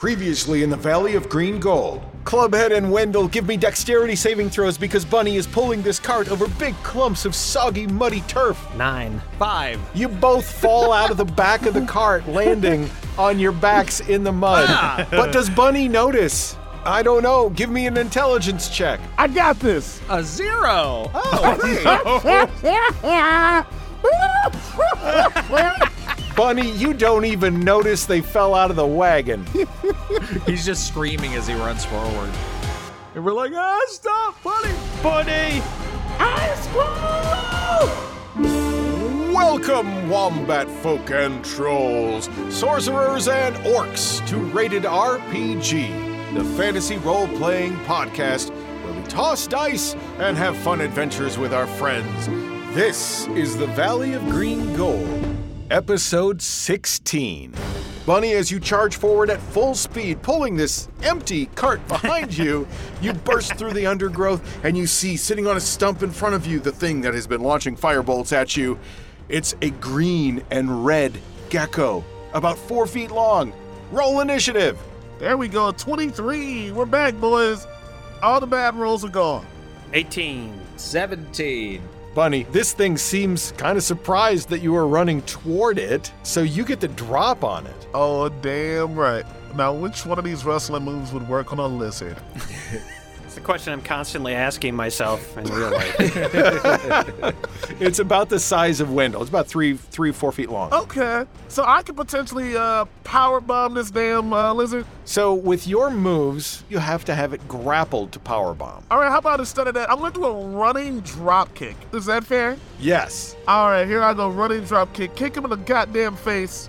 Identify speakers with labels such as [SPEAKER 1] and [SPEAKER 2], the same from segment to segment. [SPEAKER 1] Previously in the Valley of Green Gold.
[SPEAKER 2] Clubhead and Wendell, give me dexterity saving throws because Bunny is pulling this cart over big clumps of soggy, muddy turf.
[SPEAKER 3] Nine.
[SPEAKER 2] Five. You both fall out of the back of the cart, landing on your backs in the mud. But does Bunny notice? I don't know. Give me an intelligence check.
[SPEAKER 4] I got this.
[SPEAKER 3] A zero.
[SPEAKER 2] Oh, Bunny, you don't even notice they fell out of the wagon.
[SPEAKER 3] He's just screaming as he runs forward.
[SPEAKER 4] And we're like, ah, stop, buddy.
[SPEAKER 3] Buddy!
[SPEAKER 1] Welcome, wombat folk and trolls, sorcerers and orcs, to Rated RPG, the fantasy role playing podcast where we toss dice and have fun adventures with our friends. This is the Valley of Green Gold, episode 16.
[SPEAKER 2] Bunny, as you charge forward at full speed, pulling this empty cart behind you, you burst through the undergrowth.
[SPEAKER 1] and you see sitting on a stump in front of you the thing that has been launching firebolts at you. It's a green and red gecko, about four feet long. Roll initiative.
[SPEAKER 4] There we go. 23. We're back, boys. All the bad rolls are gone.
[SPEAKER 3] 18. 17.
[SPEAKER 2] Bunny, this thing seems kind of surprised that you were running toward it, so you get the drop on it.
[SPEAKER 4] Oh, damn right. Now, which one of these wrestling moves would work on a lizard?
[SPEAKER 3] It's the question I'm constantly asking myself in real life.
[SPEAKER 2] It's about the size of Wendell. It's about three, three, four feet long.
[SPEAKER 4] Okay. So I could potentially uh, power bomb this damn uh, lizard.
[SPEAKER 2] So with your moves, you have to have it grappled to powerbomb.
[SPEAKER 4] All right, how about instead of that, I'm going to do a running drop kick. Is that fair?
[SPEAKER 2] Yes.
[SPEAKER 4] All right, here I go. Running drop kick. Kick him in the goddamn face.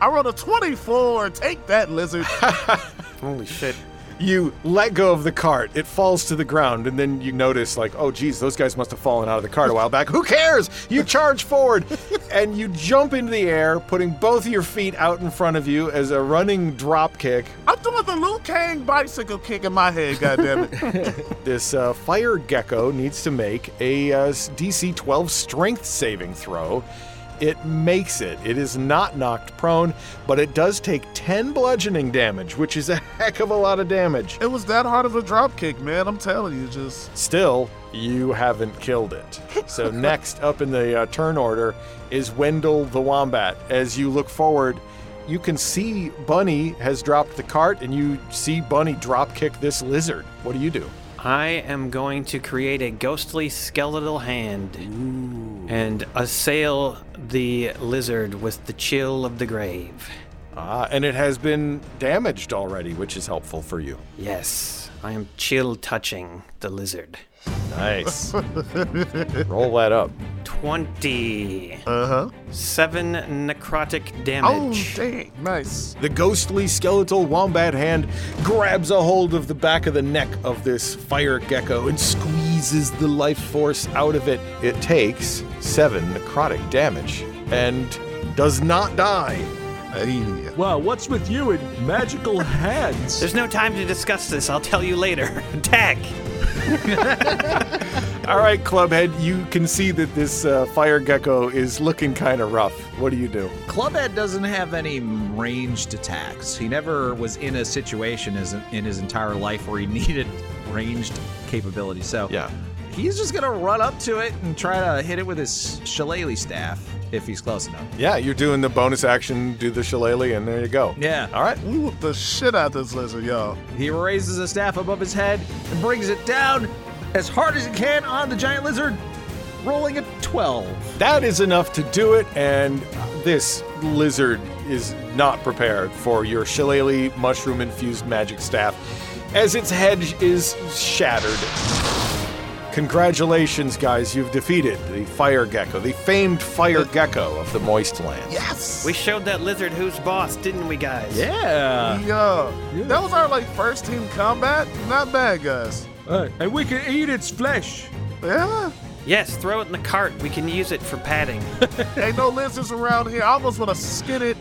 [SPEAKER 4] I rolled a 24. Take that, lizard.
[SPEAKER 3] Holy shit.
[SPEAKER 2] You let go of the cart. It falls to the ground, and then you notice, like, oh, geez, those guys must have fallen out of the cart a while back. Who cares? You charge forward, and you jump into the air, putting both of your feet out in front of you as a running drop kick.
[SPEAKER 4] I'm doing the Liu Kang bicycle kick in my head, goddammit.
[SPEAKER 2] This uh, fire gecko needs to make a uh, DC 12 strength saving throw. It makes it. It is not knocked prone, but it does take 10 bludgeoning damage, which is a heck of a lot of damage.
[SPEAKER 4] it was that hard of a drop kick, man. I'm telling you, just
[SPEAKER 2] Still, you haven't killed it. So, next up in the uh, turn order is Wendell the Wombat. As you look forward, you can see Bunny has dropped the cart, and you see Bunny drop kick this lizard. What do you do?
[SPEAKER 3] I am going to create a ghostly skeletal hand and assail the lizard with the chill of the grave.
[SPEAKER 2] Ah, and it has been damaged already, which is helpful for you.
[SPEAKER 3] Yes, I am chill touching the lizard.
[SPEAKER 2] Nice. Roll that up.
[SPEAKER 3] 20.
[SPEAKER 4] uh huh.
[SPEAKER 3] 7 necrotic
[SPEAKER 4] Oh
[SPEAKER 3] damage.
[SPEAKER 4] dang, nice.
[SPEAKER 2] The ghostly skeletal wombat hand grabs a hold of the back of the neck of this fire gecko and squeezes the life force out of it. It takes seven necrotic damage and does not die.
[SPEAKER 4] Hey.
[SPEAKER 5] Wow, what's with you and magical hands?
[SPEAKER 3] There's no time to discuss this. I'll tell you later. Attack!
[SPEAKER 2] All right, Clubhead, you can see that this uh, fire gecko is looking kind of rough. What do you do?
[SPEAKER 6] Clubhead doesn't have any ranged attacks. He never was in a situation as in his entire life where he needed ranged capability. So
[SPEAKER 2] Yeah.
[SPEAKER 6] he's just gonna run up to it and try to hit it with his shillelagh staff if he's close enough.
[SPEAKER 2] Yeah, you're doing the bonus action, do the shillelagh, and there you go.
[SPEAKER 6] Yeah.
[SPEAKER 2] All right.
[SPEAKER 4] We whooped the shit out of this lizard, y'all.
[SPEAKER 6] He raises a staff above his head and brings it down as hard as he can on the giant lizard, rolling a 12.
[SPEAKER 2] That is enough to do it, and this lizard is not prepared for your shillelagh mushroom infused magic staff as its head is shattered. Congratulations, guys, you've defeated the fire gecko, the famed fire gecko of the moist land.
[SPEAKER 4] Yes.
[SPEAKER 3] We showed that lizard who's boss, didn't we, guys?
[SPEAKER 6] Yeah.
[SPEAKER 4] yeah. That was our like first team combat. Not bad, guys.
[SPEAKER 5] Uh, and we can eat its flesh.
[SPEAKER 4] Yeah.
[SPEAKER 3] Yes, throw it in the cart. We can use it for padding.
[SPEAKER 4] Ain't no lizards around here. I almost want to skin it.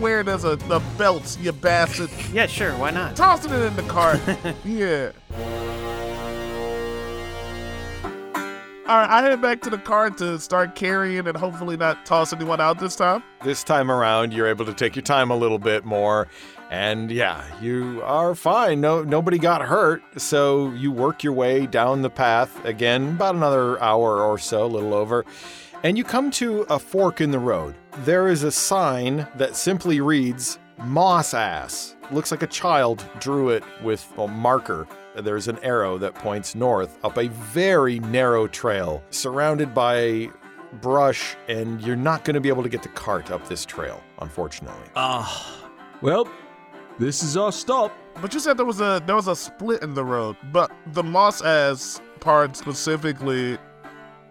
[SPEAKER 4] Where does a the belt, you bastard?
[SPEAKER 3] yeah, sure. Why not?
[SPEAKER 4] Tossing it in the cart. yeah. All right, I head back to the cart to start carrying and hopefully not toss anyone out this time.
[SPEAKER 2] This time around, you're able to take your time a little bit more, And yeah, you are fine. No, nobody got hurt. So you work your way down the path again, about another hour or so, a little over, and you come to a fork in the road. There is a sign that simply reads "Moss Ass." Looks like a child drew it with a marker. There's an arrow that points north up a very narrow trail surrounded by brush, and you're not going to be able to get the cart up this trail, unfortunately.
[SPEAKER 6] Ah,
[SPEAKER 5] Well, this is our stop.
[SPEAKER 4] But you said there was a there was a split in the road, but the moss as part specifically,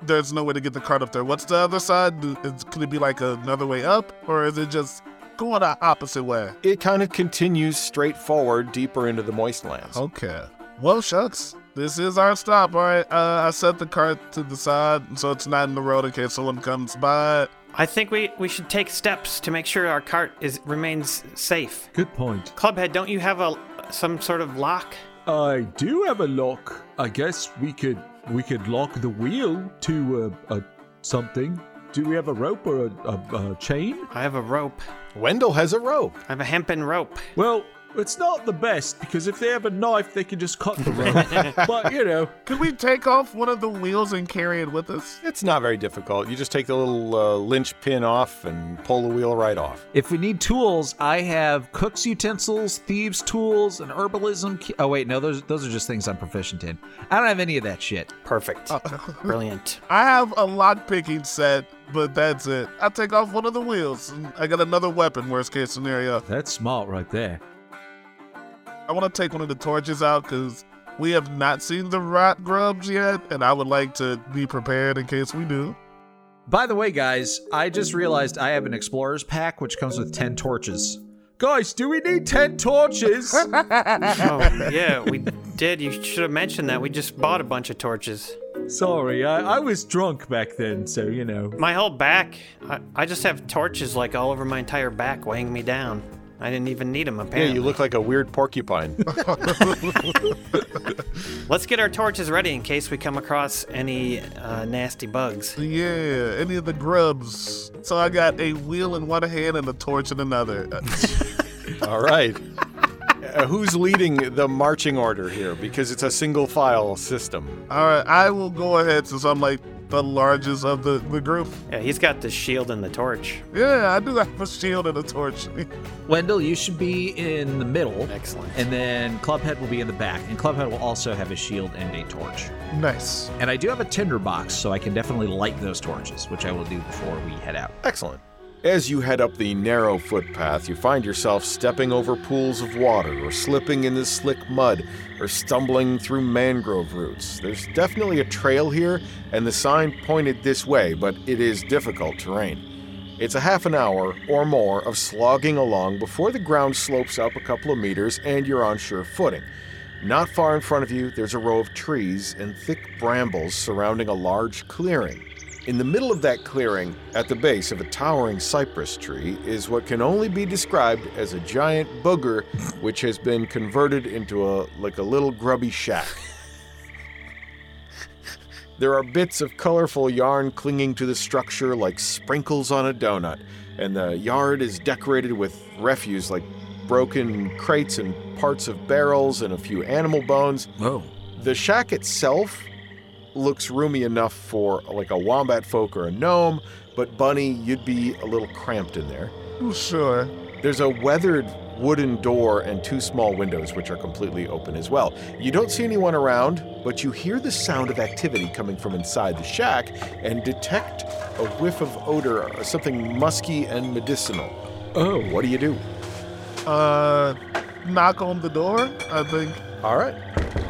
[SPEAKER 4] there's no way to get the cart up there. What's the other side? Do- is- Could it be like another way up, or is it just going the opposite way?
[SPEAKER 2] it kind of continues straight forward deeper into the moist lands.
[SPEAKER 4] Okay. Well, shucks. This is our stop. All right. Uh, I set the cart to the side so it's not in the road in case someone comes by.
[SPEAKER 3] I think we, we should take steps to make sure our cart is remains safe.
[SPEAKER 5] Good point.
[SPEAKER 3] Clubhead, don't you have a some sort of lock?
[SPEAKER 5] I do have a lock. I guess we could we could lock the wheel to uh, a, a something. Do we have a rope or a, a, a chain?
[SPEAKER 3] I have a rope.
[SPEAKER 2] Wendell has a rope.
[SPEAKER 3] I have a hempen rope.
[SPEAKER 5] Well, it's not the best because if they have a knife, they can just cut the rope. but you know,
[SPEAKER 4] Could we take off one of the wheels and carry it with us?
[SPEAKER 2] It's not very difficult. You just take the little uh, lynch pin off and pull the wheel right off.
[SPEAKER 6] If we need tools, I have cook's utensils, thieves' tools, and herbalism. Ki- oh wait, no, those those are just things I'm proficient in. I don't have any of that shit.
[SPEAKER 3] Perfect.
[SPEAKER 2] Uh,
[SPEAKER 3] Brilliant.
[SPEAKER 4] I have a lock picking set, but that's it. I take off one of the wheels. And I got another weapon, worst case scenario.
[SPEAKER 5] that's smart right there.
[SPEAKER 4] I want to take one of the torches out because we have not seen the rot grubs yet, and I would like to be prepared in case we do.
[SPEAKER 6] By the way, guys, I just realized I have an explorer's pack which comes with ten torches.
[SPEAKER 5] Guys, do we need ten torches?
[SPEAKER 3] Oh, yeah, we did. You should have mentioned that. We just bought a bunch of torches.
[SPEAKER 5] Sorry, I, I was drunk back then, so you know.
[SPEAKER 3] My whole back, I, I just have torches like all over my entire back weighing me down. I didn't even need them,
[SPEAKER 2] Yeah,
[SPEAKER 3] apparently.
[SPEAKER 2] you look like a weird porcupine.
[SPEAKER 3] Let's get our torches ready in case we come across any uh, nasty bugs.
[SPEAKER 4] Yeah, any of the grubs. So I got a wheel in one hand and a torch in another.
[SPEAKER 2] All right. Uh, who's leading the marching order here? Because it's a single file system.
[SPEAKER 4] All right, I will go ahead since I'm like the largest of the, the group.
[SPEAKER 3] Yeah, he's got the shield and the torch.
[SPEAKER 4] Yeah, I do have a shield and a torch.
[SPEAKER 6] Wendell, you should be in the middle,
[SPEAKER 3] Excellent.
[SPEAKER 6] and then Clubhead will be in the back, and Clubhead will also have a shield and a torch.
[SPEAKER 4] nice.
[SPEAKER 6] And I do have a tinder box, so I can definitely light those torches, which I will do before we head out.
[SPEAKER 2] Excellent. As you head up the narrow footpath, you find yourself stepping over pools of water, or slipping in the slick mud, or stumbling through mangrove roots. There's definitely a trail here, and the sign pointed this way, but it is difficult terrain. It's a half an hour or more of slogging along before the ground slopes up a couple of meters and you're on sure footing. Not far in front of you, there's a row of trees and thick brambles surrounding a large clearing. In the middle of that clearing, at the base of a towering cypress tree, is what can only be described as a giant booger, which has been converted into a like a little grubby shack. There are bits of colorful yarn clinging to the structure like sprinkles on a donut, and the yard is decorated with refuse like broken crates and parts of barrels and a few animal bones.
[SPEAKER 6] Oh.
[SPEAKER 2] The shack itself looks roomy enough for like a wombat folk or a gnome, but bunny, you'd be a little cramped in there.
[SPEAKER 4] Sure.
[SPEAKER 2] There's a weathered wooden door and two small windows, which are completely open as well. You don't see anyone around, but you hear the sound of activity coming from inside the shack and detect a whiff of odor, or something musky and medicinal.
[SPEAKER 5] Oh,
[SPEAKER 2] What do you do?
[SPEAKER 4] Uh, knock on the door. I think.
[SPEAKER 2] All right.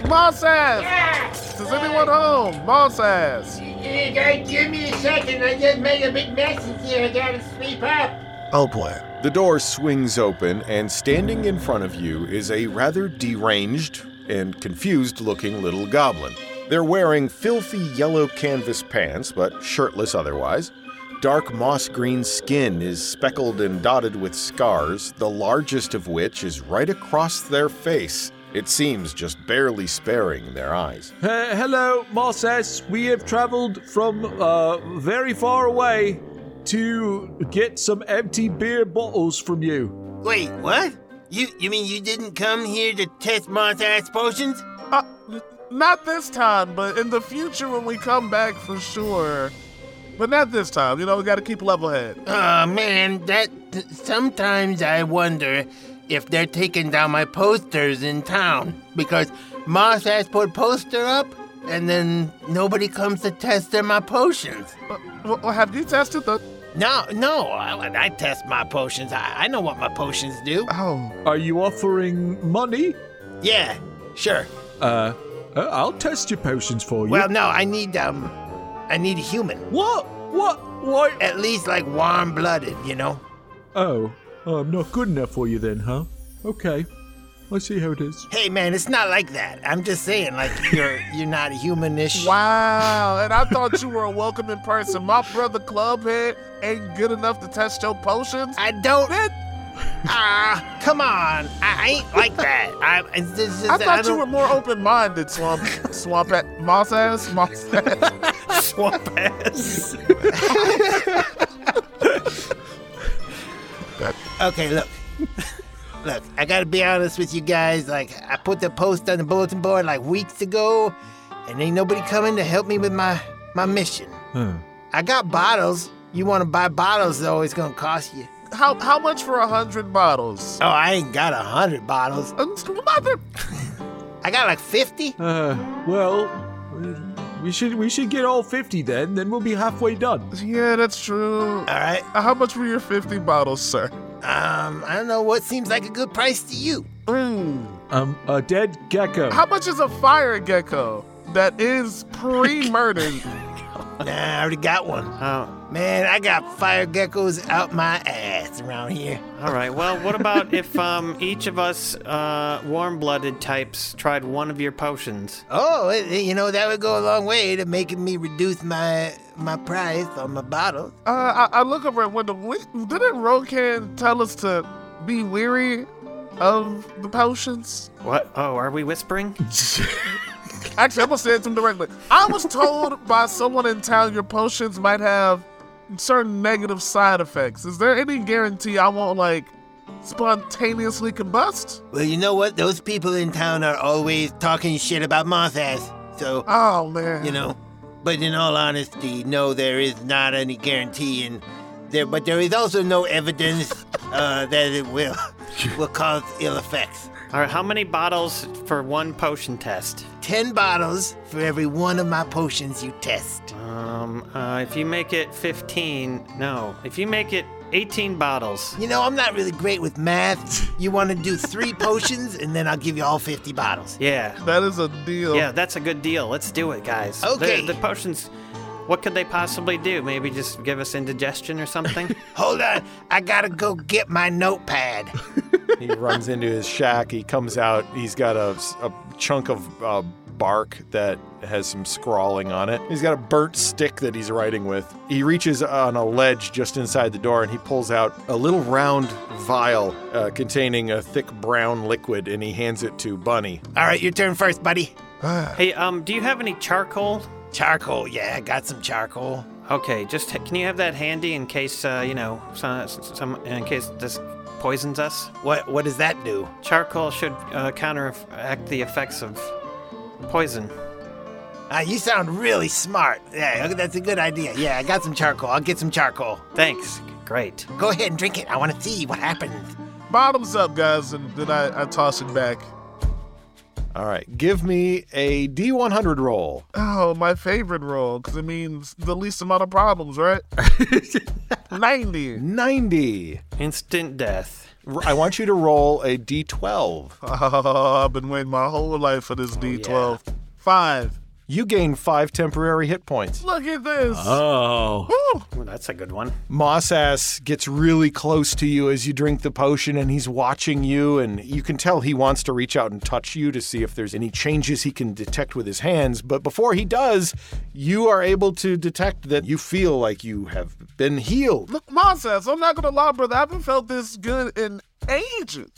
[SPEAKER 4] Moss ass. Is anyone home? Moss ass.
[SPEAKER 7] Hey, guys, give me a second. I just made a big mess in here. I gotta sweep up.
[SPEAKER 4] Oh boy.
[SPEAKER 2] The door swings open, and standing in front of you is a rather deranged and confused looking little goblin. They're wearing filthy yellow canvas pants, but shirtless otherwise. Dark moss green skin is speckled and dotted with scars, the largest of which is right across their face. It seems just barely sparing their eyes.
[SPEAKER 5] Uh, hello, Marcess. We have traveled from uh, very far away to get some empty beer bottles from you.
[SPEAKER 8] Wait, what?
[SPEAKER 7] You you mean you didn't come here to test Moss-ass potions?
[SPEAKER 4] Uh, n- not this time, but in the future when we come back for sure. But not this time. You know, we got to keep level head.
[SPEAKER 7] Oh man, that sometimes I wonder if they're taking down my posters in town because Moss has put poster up and then nobody comes to test their my potions.
[SPEAKER 4] Uh, Well, well, have you tested the?
[SPEAKER 7] No, no, I, when I test my potions. I, I know what my potions do.
[SPEAKER 4] Oh,
[SPEAKER 5] Are you offering money?
[SPEAKER 7] Yeah, sure.
[SPEAKER 5] Uh, uh, I'll test your potions for you.
[SPEAKER 7] Well, no, I need um, I need a human,
[SPEAKER 5] what? What? Why?
[SPEAKER 7] at least like warm-blooded, you know.
[SPEAKER 5] Oh, oh, I'm not good enough for you then, huh? Okay, I see how it is.
[SPEAKER 7] Hey man, it's not like that. I'm just saying, like you're you're not humanish.
[SPEAKER 4] wow! And I thought you were a welcoming person. My brother Clubhead ain't good enough to test your potions.
[SPEAKER 7] I don't.
[SPEAKER 4] Man,
[SPEAKER 7] Ah, come on. I, I ain't like that. I, it's just,
[SPEAKER 4] I
[SPEAKER 7] I
[SPEAKER 4] thought you were more open-minded, Swamp Swamp at Moss ass Moss ass.
[SPEAKER 3] Swamp ass.
[SPEAKER 7] Okay, look. look, I gotta be honest with you guys. Like, I put the post on the bulletin board like weeks ago, and ain't nobody coming to help me with my my mission.
[SPEAKER 5] Huh.
[SPEAKER 7] I got bottles. You want to buy bottles, though, it's gonna cost you.
[SPEAKER 4] How how much for a hundred bottles?
[SPEAKER 7] Oh, I ain't got a hundred bottles.
[SPEAKER 4] Uh, Mother,
[SPEAKER 7] I got like fifty.
[SPEAKER 5] Uh, well, uh, we should we should get all fifty then. Then we'll be halfway done.
[SPEAKER 4] yeah, that's true.
[SPEAKER 7] All right.
[SPEAKER 4] Uh, How much were your fifty bottles, sir?
[SPEAKER 7] Um, I don't know what seems like a good price to you.
[SPEAKER 4] Mm.
[SPEAKER 5] Um, a dead gecko.
[SPEAKER 4] How much is a fire gecko that is pre-murdered?
[SPEAKER 7] Nah, I already got one.
[SPEAKER 3] Oh,
[SPEAKER 7] Man, I got fire geckos out my ass around here.
[SPEAKER 3] all right. Well, what about if um each of us uh warm-blooded types tried one of your potions?
[SPEAKER 7] Oh, it, it- you know that would go a long way to making me reduce my my price on my bottles.
[SPEAKER 4] uh, I, I look over at Wendell. We, didn't Rokan tell us to be weary of the potions?
[SPEAKER 3] What? Oh, are we whispering?
[SPEAKER 4] Actually, I'm gonna say it to him directly. I was told by someone in town your potions might have certain negative side effects. Is there any guarantee I won't like spontaneously combust?
[SPEAKER 7] Well, you know what? Those people in town are always talking shit about moth ass. So
[SPEAKER 4] Oh man.
[SPEAKER 7] you know, but in all honesty, no, there is not any guarantee, and there, but there is also no evidence uh, that it will will cause ill effects.
[SPEAKER 3] All right. How many bottles for one potion test?
[SPEAKER 7] Ten bottles for every one of my potions you test.
[SPEAKER 3] Um, uh, if you make it 15, no, if you make it 18 bottles.
[SPEAKER 7] You know, I'm not really great with math. You want to do three potions, and then I'll give you all 50 bottles.
[SPEAKER 3] Yeah.
[SPEAKER 4] That is a deal.
[SPEAKER 3] Yeah, that's a good deal. Let's do it, guys. The-
[SPEAKER 7] Okay.
[SPEAKER 3] The, potions, what could they possibly do? Maybe just give us indigestion or something?
[SPEAKER 7] Hold on, I gotta go get my notepad.
[SPEAKER 2] He runs into his shack. He comes out. He's got a, a chunk of uh, bark that has some scrawling on it. He's got a burnt stick that he's writing with. He reaches on a ledge just inside the door and he pulls out a little round vial uh, containing a thick brown liquid and he hands it to Bunny.
[SPEAKER 7] All right, your turn first, buddy.
[SPEAKER 3] hey, um, do you have any charcoal?
[SPEAKER 7] Charcoal, yeah, I got some charcoal.
[SPEAKER 3] Okay, just can you have that handy in case, uh, you know, some, some in case this poisons us?
[SPEAKER 7] What What does that do?
[SPEAKER 3] Charcoal should uh, counteract the effects of poison.
[SPEAKER 7] Ah, you sound really smart. Yeah, okay, that's a good idea. Yeah, I got some charcoal. I'll get some charcoal.
[SPEAKER 3] Thanks. Great.
[SPEAKER 7] Go ahead and drink it. I want to see what happens.
[SPEAKER 4] Bottoms up, guys, and then I, I toss it back.
[SPEAKER 2] All right, give me a D100 roll.
[SPEAKER 4] Oh, my favorite role, because it means the least amount of problems, right? 90.
[SPEAKER 2] 90.
[SPEAKER 3] Instant death.
[SPEAKER 2] R- I want you to roll a D12.
[SPEAKER 4] Oh, I've been waiting my whole life for this D12. Five.
[SPEAKER 2] You gain five temporary hit points.
[SPEAKER 4] Look at this.
[SPEAKER 5] Oh,
[SPEAKER 4] Woo!
[SPEAKER 3] Ooh, that's a good one.
[SPEAKER 2] Mossass gets really close to you as you drink the potion and he's watching you and you can tell he wants to reach out and touch you to see if there's any changes he can detect with his hands but before he does you are able to detect that you feel like you have been healed
[SPEAKER 4] Look, Mom says, I'm not going to lie, brother. I haven't felt this good in ages.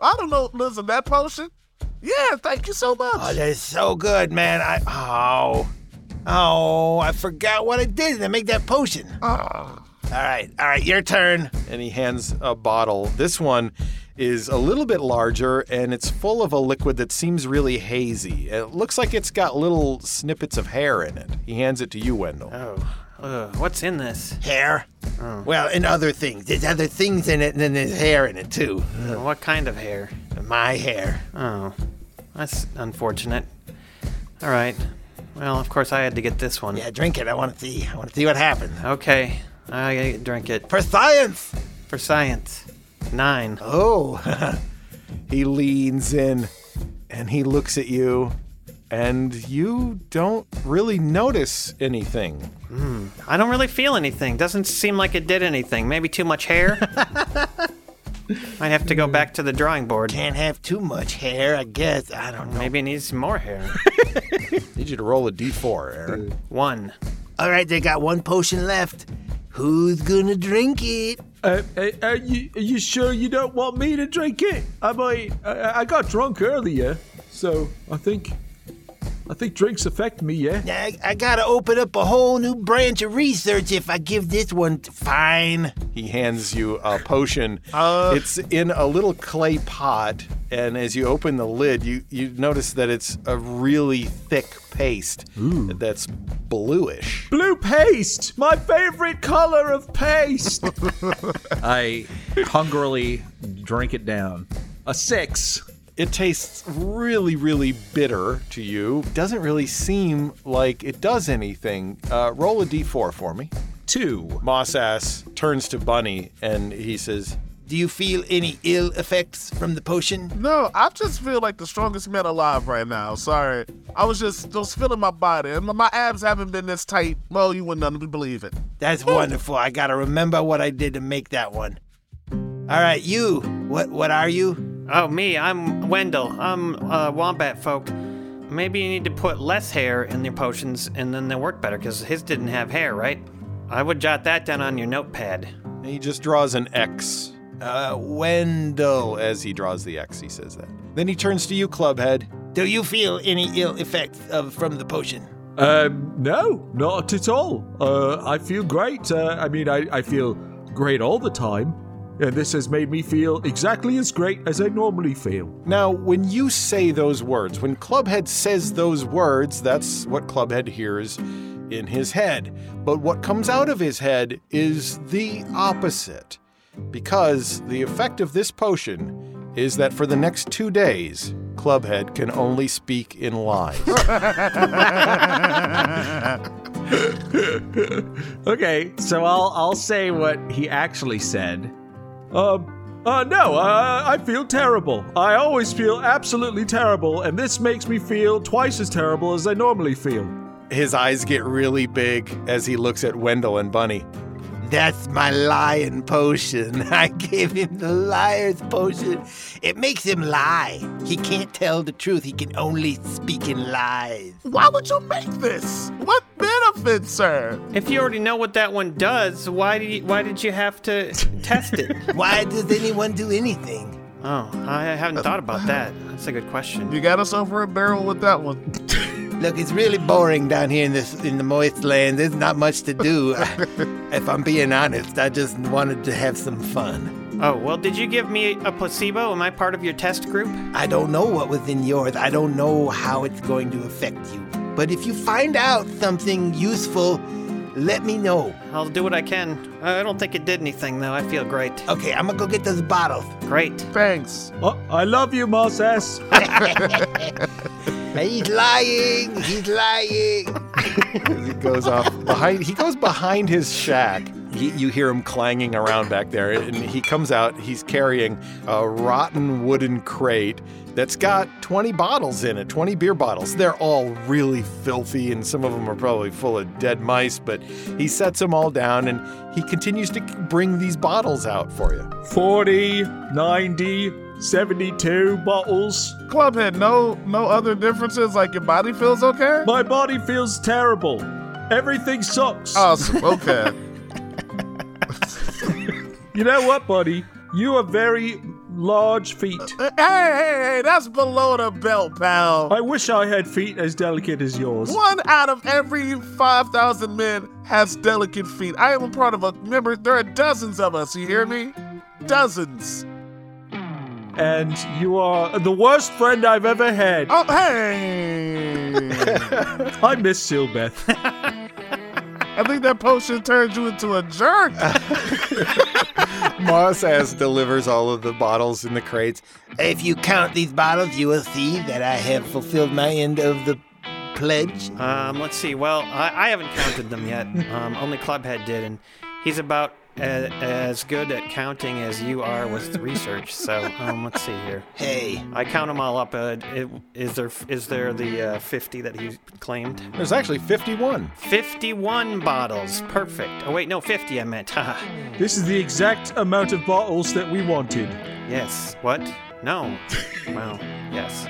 [SPEAKER 4] I don't know. Listen, that potion. Yeah, thank you so much.
[SPEAKER 7] Oh, that is so good, man. I oh, oh, I forgot what I did to make that Oh. potion. All right, all right, your turn.
[SPEAKER 2] and he hands a bottle this one is a little bit larger and it's full of a liquid that seems really hazy. It looks like it's got little snippets of hair in it. He hands it to you, Wendell.
[SPEAKER 3] Oh, ugh, what's in this?
[SPEAKER 7] Hair. Well, and other things. There's other things in it, and then there's hair in it too.
[SPEAKER 3] What kind of hair?
[SPEAKER 7] My hair.
[SPEAKER 3] Oh, that's unfortunate. All right. Well, of course I had to get this one.
[SPEAKER 7] Yeah, drink it. I want to see. I want to see what happens.
[SPEAKER 3] Okay, I drink it
[SPEAKER 7] For science.
[SPEAKER 3] for science. Nine.
[SPEAKER 2] Oh. he leans in and he looks at you, and you don't really notice anything.
[SPEAKER 3] I don't really feel anything. Doesn't seem like it did anything. Maybe too much hair. Might have to go back to the drawing board.
[SPEAKER 7] Can't have too much hair, I guess. I don't know.
[SPEAKER 3] Maybe it needs more hair.
[SPEAKER 2] Need you to roll a d4, Aaron.
[SPEAKER 3] One.
[SPEAKER 7] All right, they got one potion left. Who's gonna drink it?
[SPEAKER 5] Uh, uh, are, you, are you sure you don't want me to drink it? I might. I, I got drunk earlier, so I think. I think drinks affect me, yeah?
[SPEAKER 7] I, I gotta open up a whole new branch of research if I give this one. t- Fine.
[SPEAKER 2] He hands you a potion.
[SPEAKER 4] Uh.
[SPEAKER 2] it's in a little clay pot, and as you open the lid, you, you notice that it's a really thick paste that's bluish.
[SPEAKER 5] Blue paste! My favorite color of paste!
[SPEAKER 6] I hungrily drink it down. A six.
[SPEAKER 2] It tastes really, really bitter to you. Doesn't really seem like it does anything. Uh, roll a d4 for me.
[SPEAKER 6] Two.
[SPEAKER 2] Moss ass turns to Bunny and he says,
[SPEAKER 7] Do you feel any ill effects from the potion?
[SPEAKER 4] No, I just feel like the strongest man alive right now. Sorry. I was just just feeling my body. And my- my abs haven't been this tight. Well, you wouldn't believe it.
[SPEAKER 7] That's
[SPEAKER 2] Hmm.
[SPEAKER 7] wonderful. I gotta remember what I did to make that one. All right, you. What? What are you?
[SPEAKER 3] Oh, me. I'm Wendell. I'm uh, Wombat Folk. Maybe you need to put less hair in your potions and then they'll work better because his didn't have hair, right? I would jot that down on your notepad.
[SPEAKER 2] and he just draws an X. Uh, Wendell, as he draws the X, he says that. Then he turns to you, Clubhead.
[SPEAKER 7] Do you feel any ill effects of from the potion?
[SPEAKER 5] Um, no, not at all. Uh, I feel great. Uh, I mean, I, I feel great all the time. And this has made me feel exactly as great as I normally feel.
[SPEAKER 2] Now, when you say those words, when Clubhead says those words, that's what Clubhead hears in his head. But what comes out of his head is the opposite. Because the effect of this potion is that for the next two days, Clubhead can only speak in lies.
[SPEAKER 6] Okay, so I'll I'll say what he actually said.
[SPEAKER 5] Um, uh, no, uh, I feel terrible. I always feel absolutely terrible, and this makes me feel twice as terrible as I normally feel.
[SPEAKER 2] his eyes get really big as he looks at Wendell and Bunny.
[SPEAKER 7] That's my lion potion. I gave him the liar's potion. It makes him lie. He can't tell the truth. He can only speak in lies.
[SPEAKER 4] Why would you make this? What benefit, sir?
[SPEAKER 3] If you already know what that one does, why do you, why did you have to test it?
[SPEAKER 7] Why does anyone do anything?
[SPEAKER 3] Oh, I haven't thought about that. That's a good question.
[SPEAKER 4] You got us over a barrel with that one.
[SPEAKER 7] Look, it's really boring down here in this in the moist land. There's not much to do. if I'm being honest, I just wanted to have some fun.
[SPEAKER 3] Oh, well, did you give me a placebo? Am I part of your test group?
[SPEAKER 7] I don't know what was in yours. I don't know how it's going to affect you. But if you find out something useful, let me know.
[SPEAKER 3] I'll do what I can. I don't think it did anything, though. I feel great.
[SPEAKER 7] Okay, I'm gonna go get those bottles.
[SPEAKER 3] Great.
[SPEAKER 4] Thanks.
[SPEAKER 5] Uh, I love you, Moss Ass.
[SPEAKER 7] He's lying. He's lying.
[SPEAKER 2] He goes off behind. He goes behind his shack. He, you hear him clanging around back there, and he comes out. He's carrying a rotten wooden crate that's got 20 bottles in it, 20 beer bottles. They're all really filthy, and some of them are probably full of dead mice. But he sets them all down, and he continues to bring these bottles out for you.
[SPEAKER 5] 40, 90, 72 bottles.
[SPEAKER 4] Clubhead, no no other differences? Like your body feels okay?
[SPEAKER 5] My body feels terrible. Everything sucks.
[SPEAKER 2] Oh.
[SPEAKER 4] Awesome. Okay.
[SPEAKER 5] you know what, buddy? You have very large feet.
[SPEAKER 2] Uh,
[SPEAKER 4] hey, hey, hey, that's below the belt, pal.
[SPEAKER 5] I wish I had feet as delicate as yours.
[SPEAKER 4] One out of every 5,000 men has delicate feet. I am a part of a member. There are dozens of us, you hear me? Dozens.
[SPEAKER 5] and you are the worst friend I've ever had.
[SPEAKER 2] Uh,
[SPEAKER 4] Oh, hey!
[SPEAKER 5] I miss Silbeth.
[SPEAKER 4] I think that potion turned you into a jerk.
[SPEAKER 2] Moss as delivers all of the bottles in the crates.
[SPEAKER 7] If you count these bottles, you will see that I have fulfilled my end of the pledge.
[SPEAKER 3] Um, let's see. Well, I, I haven't counted them yet. Um, only Clubhead did, and he's about as, as good at counting as you are with the research. So um, let's see here.
[SPEAKER 7] Hey,
[SPEAKER 3] I count them all up. Uh, it, is there is there the uh, 50 that he claimed?
[SPEAKER 2] There's actually 51.
[SPEAKER 3] 51 bottles. Perfect. Oh wait, no, 50 I meant. Haha.
[SPEAKER 5] this is the exact amount of bottles that we wanted.
[SPEAKER 3] yes. What? No. Well, yes.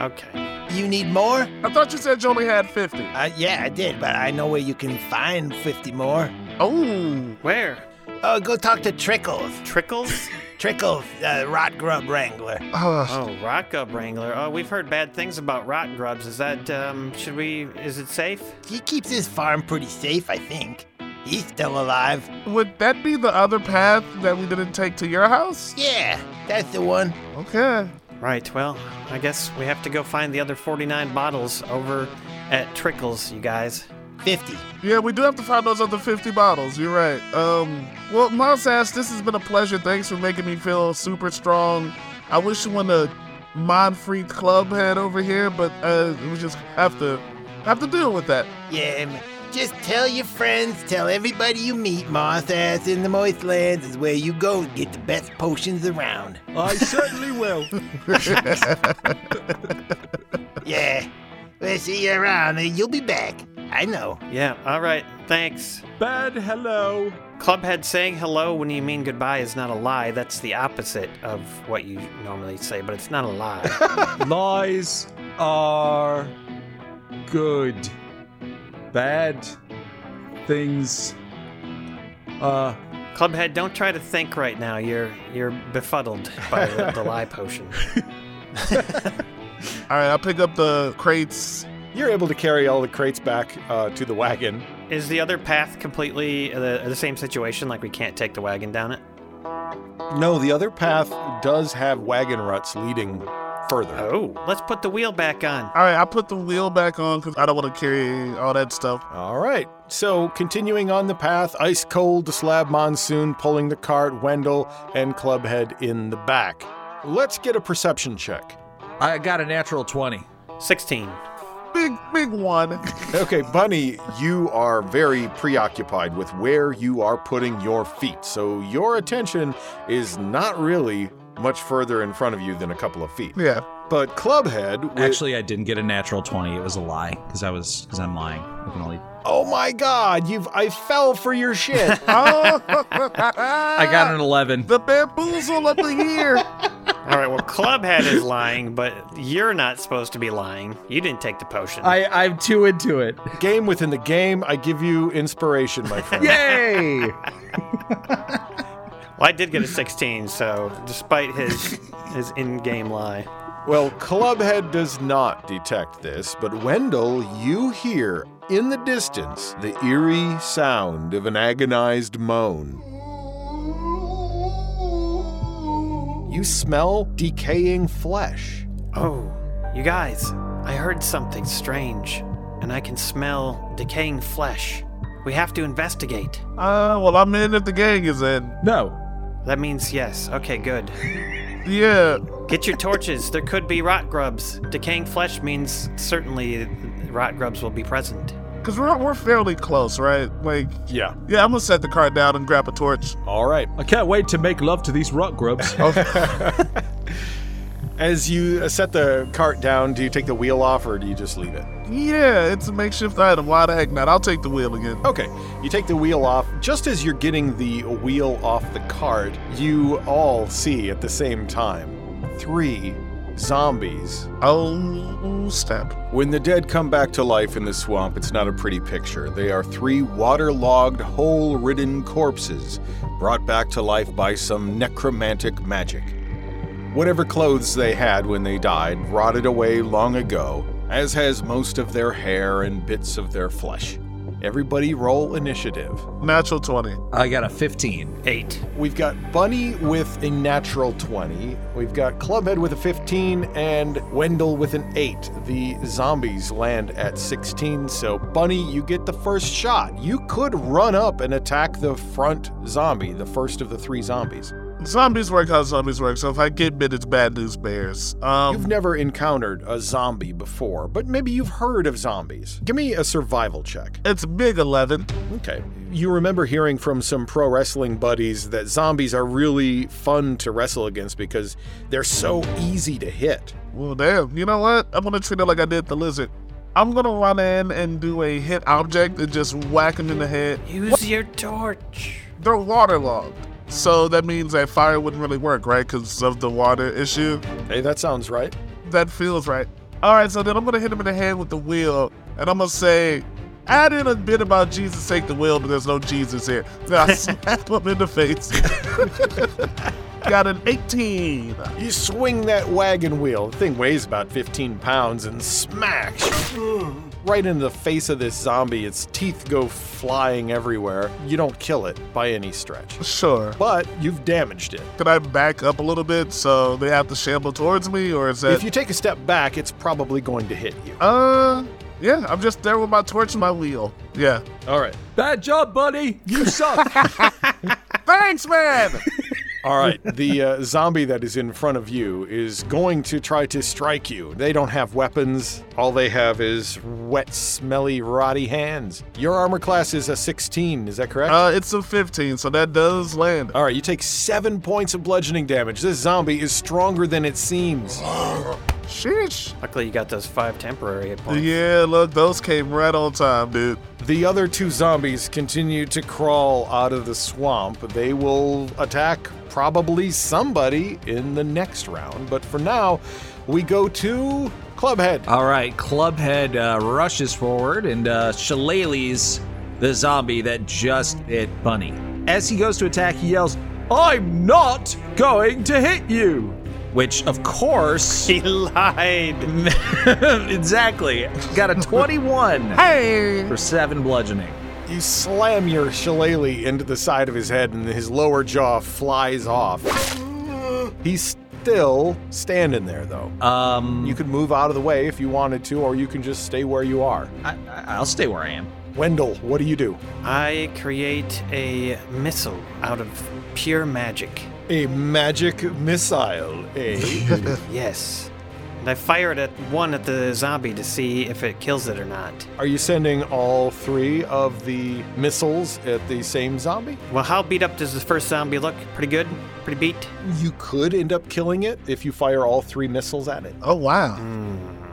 [SPEAKER 3] Okay.
[SPEAKER 7] you need more?
[SPEAKER 4] I thought you said you only had 50.
[SPEAKER 7] Uh, yeah, I did, but I know where you can find 50 more.
[SPEAKER 4] Oh,
[SPEAKER 3] Where?
[SPEAKER 7] Oh, go talk to Trickles.
[SPEAKER 3] Trickles?
[SPEAKER 7] Trickles, uh, rot grub wrangler.
[SPEAKER 4] uh,
[SPEAKER 3] Oh, rock grub wrangler. Oh, we've heard bad things about rot grubs. Is that um? Should we? Is it safe?
[SPEAKER 7] He keeps his farm pretty safe, I think. He's still alive.
[SPEAKER 4] would that be the other path that we didn't take to your house?
[SPEAKER 7] Yeah, that's the one.
[SPEAKER 4] Okay.
[SPEAKER 3] Right. Well, I guess we have to go find the other 49 bottles over at Trickles, you guys.
[SPEAKER 7] 50.
[SPEAKER 4] Yeah, we do have to find those other 50 bottles. You're right. Um, well, Moss ass, this has been a pleasure. Thanks for making me feel super strong. I wish you won a mind-free club head over here, but uh, we just have to have to deal with that.
[SPEAKER 7] Yeah, m- just tell your friends, tell everybody you meet, Moss Ass in the Moist Lands is where you go to get the best potions around.
[SPEAKER 5] I certainly will.
[SPEAKER 7] Yeah, we'll see you around and you'll be back. I know.
[SPEAKER 3] Yeah. All right. Thanks.
[SPEAKER 5] Bad hello.
[SPEAKER 3] Clubhead saying hello when you mean goodbye is not a lie. That's the opposite of what you normally say, but it's not a lie.
[SPEAKER 5] Lies are good. Bad things. Uh,
[SPEAKER 3] Clubhead, don't try to think right now. You're you're befuddled by the, the lie potion.
[SPEAKER 4] All right, I'll pick up the crates.
[SPEAKER 2] You're able to carry all the crates back uh, to the wagon.
[SPEAKER 3] Is the other path completely the, the same situation? Like we can't take the wagon down it?
[SPEAKER 2] No, the other path does have wagon ruts leading further.
[SPEAKER 3] Oh, let's put the wheel back on.
[SPEAKER 4] All right, I put the wheel back on because I don't want to carry all that stuff.
[SPEAKER 2] All right. So, continuing on the path, ice cold, the slab monsoon pulling the cart, Wendell and Clubhead in the back. Let's get a perception check.
[SPEAKER 6] I got a natural 20.
[SPEAKER 3] 16.
[SPEAKER 4] Big, big one.
[SPEAKER 2] Okay, Bunny, you are very preoccupied with where you are putting your feet. So, your attention is not really much further in front of you than a couple of feet.
[SPEAKER 4] yeah.
[SPEAKER 2] But Clubhead, with-
[SPEAKER 6] Actually, I didn't get a natural 20. It was a lie because I was because I'm lying. I can only-
[SPEAKER 2] oh my God, you've I fell for your shit.
[SPEAKER 4] Oh,
[SPEAKER 6] I got an 11.
[SPEAKER 4] the bamboozle of the year.
[SPEAKER 3] All right, well, Clubhead is lying, but you're not supposed to be lying. You didn't take the potion.
[SPEAKER 6] I, I'm too into it.
[SPEAKER 2] game within the game. I give you inspiration, my friend.
[SPEAKER 6] Yay!
[SPEAKER 3] well, I did get a 16, so despite his his in-game lie.
[SPEAKER 2] Well, Clubhead does not detect this, but Wendell, you hear in the distance the eerie sound of an agonized moan. You smell decaying flesh.
[SPEAKER 3] Oh, you guys, I heard something strange, and I can smell decaying flesh. We have to investigate.
[SPEAKER 4] Uh, well, I'm in if the gang is in.
[SPEAKER 5] no.
[SPEAKER 3] That means yes. Okay, good.
[SPEAKER 4] Yeah.
[SPEAKER 3] Get your torches. There could be rot grubs. Decaying flesh means certainly rot grubs will be present.
[SPEAKER 4] Cause we're we're fairly close, right? Like,
[SPEAKER 2] Yeah.
[SPEAKER 4] yeah, I'm gonna set the cart down and grab a torch.
[SPEAKER 2] All right.
[SPEAKER 5] I can't wait to make love to these rock grubs.
[SPEAKER 2] As you uh, set the cart down, do you take the wheel off or do you just leave it?
[SPEAKER 4] Yeah, it's a makeshift item. Why the heck not? I'll take the wheel again.
[SPEAKER 2] Okay, you take the wheel off. Just as you're getting the wheel off the cart, you all see at the same time three zombies.
[SPEAKER 4] Oh, snap!
[SPEAKER 2] When the dead come back to life in the swamp, it's not a pretty picture. They are three waterlogged, hole ridden corpses brought back to life by some necromantic magic. Whatever clothes they had when they died rotted away long ago, as has most of their hair and bits of their flesh. Everybody roll initiative.
[SPEAKER 4] Natural 20.
[SPEAKER 6] I got a 15.
[SPEAKER 3] Eight.
[SPEAKER 2] We've got Bunny with a natural 20. We've got Clubhead with a 15 and Wendell with an 8. The zombies land at 16. So, Bunny, you get the first shot. You could run up and attack the front zombie, the first of the three zombies.
[SPEAKER 4] Zombies work how zombies work, so if I get bit, it's bad news bears. Um,
[SPEAKER 2] You've never encountered a zombie before, but maybe you've heard of zombies. Give me a survival check.
[SPEAKER 4] it's big 11.
[SPEAKER 2] Okay. You remember hearing from some pro wrestling buddies that zombies are really fun to wrestle against because they're so easy to hit.
[SPEAKER 4] Well, damn. You know what? I'm gonna treat it like I did the lizard. I'm gonna run in and do a hit object and just whack him in the head.
[SPEAKER 3] Use your torch.
[SPEAKER 4] They're waterlogged, so that means that fire wouldn't really work, right? Because of the water issue.
[SPEAKER 2] Hey, that sounds right.
[SPEAKER 4] That feels right. All right, so then I'm gonna hit him in the head with the wheel, and I'm gonna say, "Add in a bit about Jesus take the wheel, but there's no Jesus here." Then I slap him in the face. Got an 18.
[SPEAKER 2] You swing that wagon wheel, the thing weighs about 15 pounds, and smash right into the face of this zombie. Its teeth go flying everywhere. You don't kill it by any stretch,
[SPEAKER 4] Sure.
[SPEAKER 2] but you've damaged it.
[SPEAKER 4] Can I back up a little bit so they have to shamble towards me, or is that?
[SPEAKER 2] If you take a step back, it's probably going to hit you.
[SPEAKER 4] Uh, yeah, I'm just there with my torch and my wheel. Yeah.
[SPEAKER 2] All right.
[SPEAKER 5] Bad job, buddy. You suck.
[SPEAKER 4] Thanks, man.
[SPEAKER 2] All right, the uh, zombie that is in front of you is going to try to strike you. They don't have weapons. All they have is wet, smelly, rotty hands. Your armor class is a 16, is that correct?
[SPEAKER 4] uh, it's a 15, so that does land.
[SPEAKER 2] All right, you take seven points of bludgeoning damage. This zombie is stronger than it seems.
[SPEAKER 4] Sheesh.
[SPEAKER 3] Luckily, you got those five temporary hit points.
[SPEAKER 4] Yeah, look, those came right on time, dude.
[SPEAKER 2] The other two zombies continue to crawl out of the swamp. They will attack probably somebody in the next round, but for now, we go to Clubhead.
[SPEAKER 6] All right, Clubhead uh, rushes forward and uh, shillelaghs the zombie that just hit Bunny. As he goes to attack, he yells, I'm not going to hit you! Which, of course,
[SPEAKER 3] He lied.
[SPEAKER 6] exactly, got a 21
[SPEAKER 4] Hey.
[SPEAKER 6] for seven bludgeoning.
[SPEAKER 2] You slam your shillelagh into the side of his head, and his lower jaw flies off. He's still standing there, though.
[SPEAKER 6] Um,
[SPEAKER 2] You could move out of the way if you wanted to, or you can just stay where you are.
[SPEAKER 6] I, I- I'll stay where I am.
[SPEAKER 2] Wendell, what do you do?
[SPEAKER 3] I create a missile out of pure magic.
[SPEAKER 2] A magic missile, eh?
[SPEAKER 3] Yes. And I fire it at one at the zombie to see if it kills it or not.
[SPEAKER 2] Are you sending all three of the missiles at the same zombie?
[SPEAKER 3] Well, how beat up does the first zombie look? Pretty good? Pretty beat?
[SPEAKER 2] You could end up killing it if you fire all three missiles at it.
[SPEAKER 4] Oh, wow.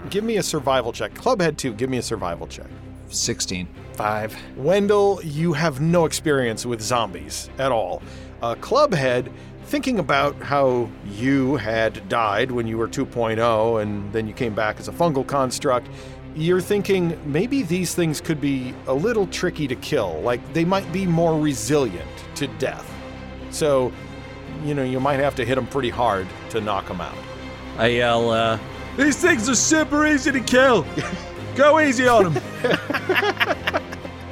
[SPEAKER 2] Give me a survival check. Clubhead 2, give me a survival check.
[SPEAKER 6] 16.
[SPEAKER 3] Five.
[SPEAKER 2] Wendell, you have no experience with zombies at all. Uh, Clubhead, thinking about how you had died when you were 2.0 and then you came back as a fungal construct, you're thinking maybe these things could be a little tricky to kill. Like they might be more resilient to death. So, you know, you might have to hit them pretty hard to knock them out.
[SPEAKER 6] I yell, uh,
[SPEAKER 5] These things are super easy to kill. Go easy on them.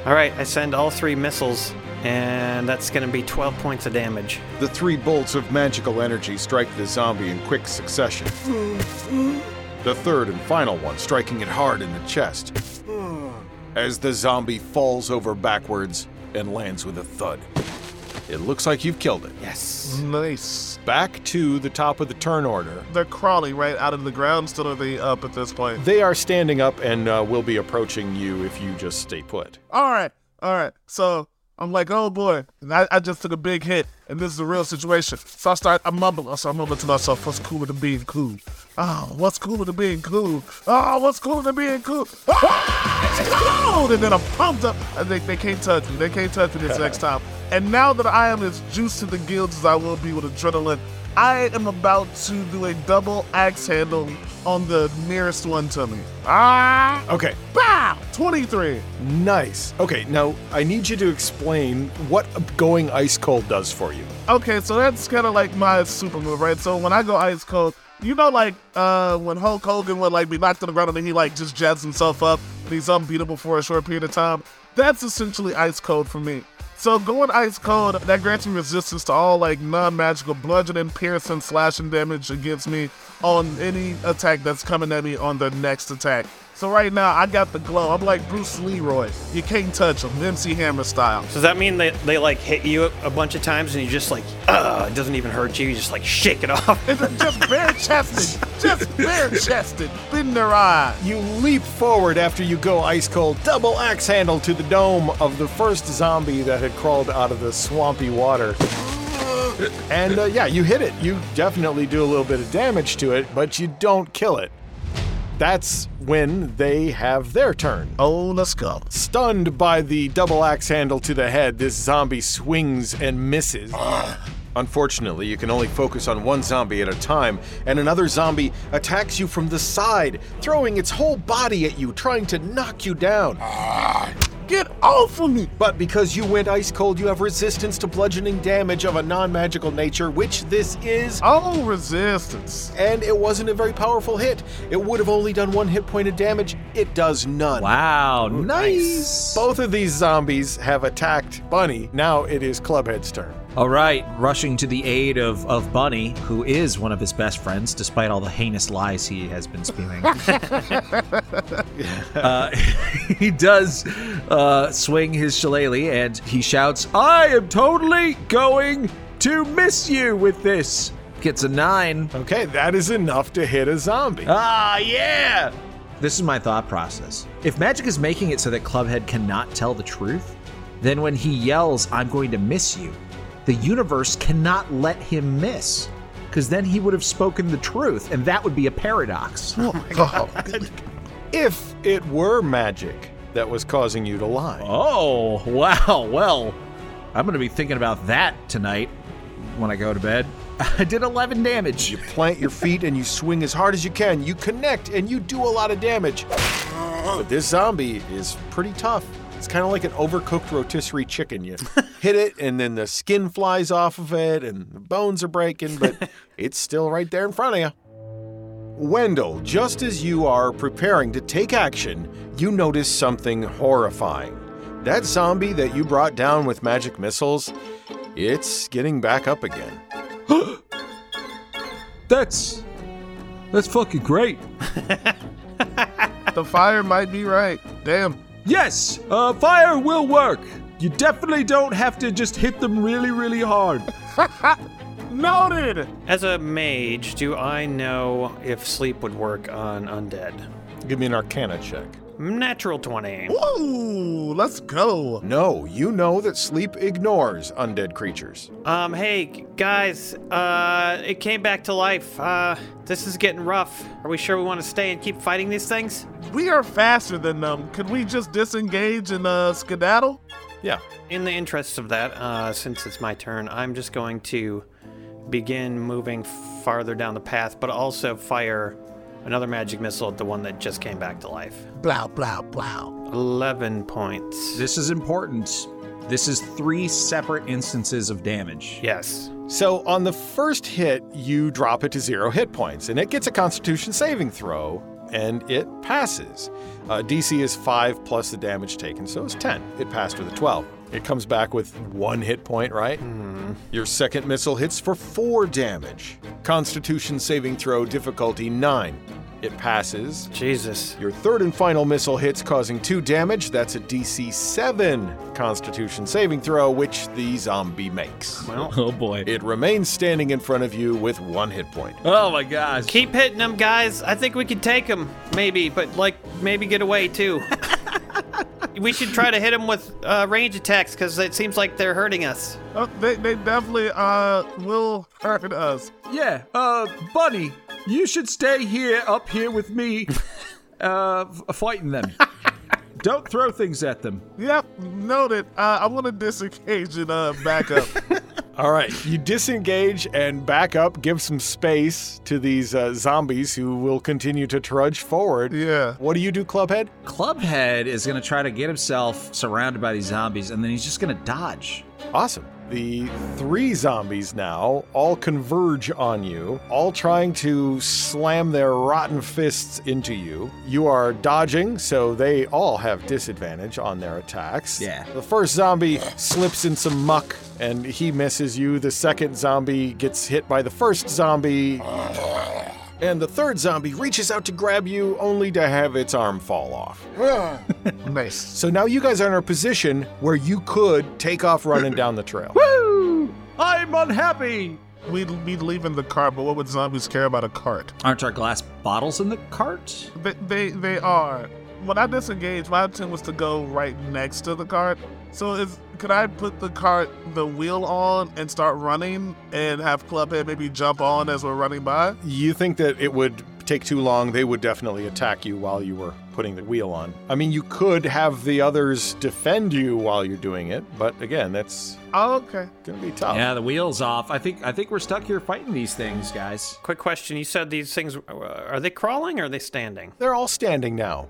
[SPEAKER 3] All right, I send all three missiles, and that's going to be 12 points of damage.
[SPEAKER 1] The three bolts of magical energy strike the zombie in quick succession. The third and final one striking it hard in the chest. As the zombie falls over backwards and lands with a thud. It looks like you've killed it.
[SPEAKER 3] Yes.
[SPEAKER 4] Nice.
[SPEAKER 2] Back to the top of the turn order.
[SPEAKER 4] They're crawling right out of the ground still, are they up at this point?
[SPEAKER 2] They are standing up and uh, will be approaching you if you just stay put.
[SPEAKER 4] All right, all right. So I'm like, oh boy, and I, I just took a big hit, and this is a real situation. So I start, I mumble, so I mumble to myself, what's cooler than being cool? Oh, what's cooler than being cool? Oh, what's cooler than being cool? Ah, it's cold! And then I'm pumped up. I think they can't touch me. They can't touch me this next time. And now that I am as juiced to the gills as I will be with adrenaline, I am about to do a double axe handle on the nearest one to me. Ah!
[SPEAKER 2] Okay,
[SPEAKER 4] Bow! 23.
[SPEAKER 2] nice. Okay, now I need you to explain what going ice cold does for you.
[SPEAKER 4] Okay, so that's kind of like my super move, right? So when I go ice cold, you know, like uh, when Hulk Hogan would like be knocked on the ground and then he like just jabs himself up. And he's unbeatable for a short period of time. That's essentially ice cold for me. So going ice cold, that grants me resistance to all like non-magical bludgeoning, piercing, slashing damage against me on any attack that's coming at me on the next attack. So right now I got the glow. I'm like Bruce Leroy. You can't touch him, MC Hammer style.
[SPEAKER 3] Does that mean they, they like hit you a, a bunch of times and you just like, uh, it doesn't even hurt you? You just like shake it off.
[SPEAKER 4] It's just bare chested, just bare chested, in their eye.
[SPEAKER 2] You leap forward after you go ice cold, double axe handle to the dome of the first zombie that had crawled out of the swampy water. And uh, yeah, you hit it. You definitely do a little bit of damage to it, but you don't kill it. That's when they have their turn.
[SPEAKER 4] Oh, let's go.
[SPEAKER 2] Stunned by the double axe handle to the head, this zombie swings and misses. Unfortunately, you can only focus on one zombie at a time, and another zombie attacks you from the side, throwing its whole body at you, trying to knock you down.
[SPEAKER 4] Get off of me.
[SPEAKER 2] But because you went ice cold, you have resistance to bludgeoning damage of a non magical nature, which this is,
[SPEAKER 4] Oh, resistance.
[SPEAKER 2] and it wasn't a very powerful hit. It would have only done one hit point of damage, it does none.
[SPEAKER 6] Wow, nice.
[SPEAKER 2] Both of these zombies have attacked Bunny. Now it is Clubhead's turn.
[SPEAKER 6] All right, rushing to the aid of, of Bunny, who is one of his best friends, despite all the heinous lies he has been spewing. Uh, he does uh, swing his shillelagh and he shouts, I am totally going to miss you with this. Gets a nine.
[SPEAKER 2] Okay, that is enough to hit a zombie.
[SPEAKER 6] Ah, yeah! This is my thought process. If magic is making it so that Clubhead cannot tell the truth, then when he yells, I'm going to miss you, the universe cannot let him miss. Because then he would have spoken the truth, and that would be a paradox.
[SPEAKER 2] If it were magic that was causing you to lie.
[SPEAKER 6] Oh, wow. Well, I'm going to be thinking about that tonight when I go to bed. I did 11 damage.
[SPEAKER 2] plant your feet and you swing as hard as you can. You connect and you do a lot of damage. But this zombie is pretty tough. It's kind of like an overcooked rotisserie chicken. You hit it and then the skin flies off of it and the bones are breaking, but it's still right there in front of you. Wendell, just as you are preparing to take action, you notice something horrifying. That zombie that you brought down with magic missiles, it's getting back up again.
[SPEAKER 5] That's that's fucking great.
[SPEAKER 4] The fire might be right. Damn.
[SPEAKER 5] Yes, uh, fire will work. You definitely don't have to just hit them really, really hard.
[SPEAKER 4] Noted.
[SPEAKER 3] As a mage, do I know if sleep would work on undead?
[SPEAKER 2] Give me an arcana check.
[SPEAKER 3] Natural 20.
[SPEAKER 4] Ooh, let's go.
[SPEAKER 2] No, you know that sleep ignores undead creatures.
[SPEAKER 3] Um, hey, g- guys, uh, it came back to life. Uh, this is getting rough. Are we sure we want to stay and keep fighting these things?
[SPEAKER 4] We are faster than them. Could we just disengage and uh, skedaddle?
[SPEAKER 2] Yeah.
[SPEAKER 3] In the interests of that, uh, since it's my turn, I'm just going to begin moving farther down the path, but also fire another magic missile at the one that just came back to life.
[SPEAKER 7] Blow, blow, blow.
[SPEAKER 3] 11 points.
[SPEAKER 6] This is important. This is three separate instances of damage.
[SPEAKER 3] yes.
[SPEAKER 2] So on the first hit, you drop it to zero hit points, and it gets a constitution saving throw, and it passes. Uh, DC is five plus the damage taken, so it's 10. It passed with a 12. It comes back with one hit point, right? Your second missile hits for four damage. Constitution saving throw, difficulty nine. It passes.
[SPEAKER 3] Jesus.
[SPEAKER 2] Your third and final missile hits, causing two damage. That's a DC 7 Constitution saving throw, which the zombie makes.
[SPEAKER 6] Oh boy.
[SPEAKER 2] It remains standing in front of you with one hit point.
[SPEAKER 6] Oh my gosh.
[SPEAKER 3] Keep hitting them, guys. I think we can take them, maybe, but like maybe get away too. we should try to hit them with uh, range attacks because it seems like they're hurting us.
[SPEAKER 4] Oh, they, they definitely uh will hurt us.
[SPEAKER 5] Yeah, uh, Bunny, you should stay here, up here with me, uh, f- fighting them. Don't throw things at them.
[SPEAKER 4] Yep, noted. Uh, I want to disengage and uh, back up.
[SPEAKER 2] All right, you disengage and back up, give some space to these uh, zombies who will continue to trudge forward.
[SPEAKER 4] yeah.
[SPEAKER 2] What do you do, Clubhead?
[SPEAKER 6] Clubhead is going to try to get himself surrounded by these zombies and then he's just going to dodge.
[SPEAKER 2] Awesome. The three zombies now all converge on you, all trying to slam their rotten fists into you. You are dodging, so they all have disadvantage on their attacks.
[SPEAKER 6] Yeah.
[SPEAKER 2] The first zombie slips in some muck and he misses you. The second zombie gets hit by the first zombie. And the third zombie reaches out to grab you only to have its arm fall off.
[SPEAKER 4] Nice.
[SPEAKER 2] So now you guys are in a position where you could take off running down the trail.
[SPEAKER 5] Woo! I'm unhappy.
[SPEAKER 4] We'd be leaving the cart, but what would zombies care about a cart?
[SPEAKER 6] Aren't our glass bottles in the cart?
[SPEAKER 4] They, they, they are. When I disengaged, my intent was to go right next to the cart. So is could I put the cart the wheel on and start running and have Clubhead maybe jump on as we're running by?
[SPEAKER 2] You think that it would take too long? They would definitely attack you while you were putting the wheel on. I mean, you could have the others defend you while you're doing it, but again, that's
[SPEAKER 4] Oh, okay.
[SPEAKER 2] going to be tough.
[SPEAKER 6] Yeah, the wheels off. I think I think we're stuck here fighting these things, guys.
[SPEAKER 3] Quick question. You said these things, uh, are they crawling or are they standing?
[SPEAKER 2] They're all standing now.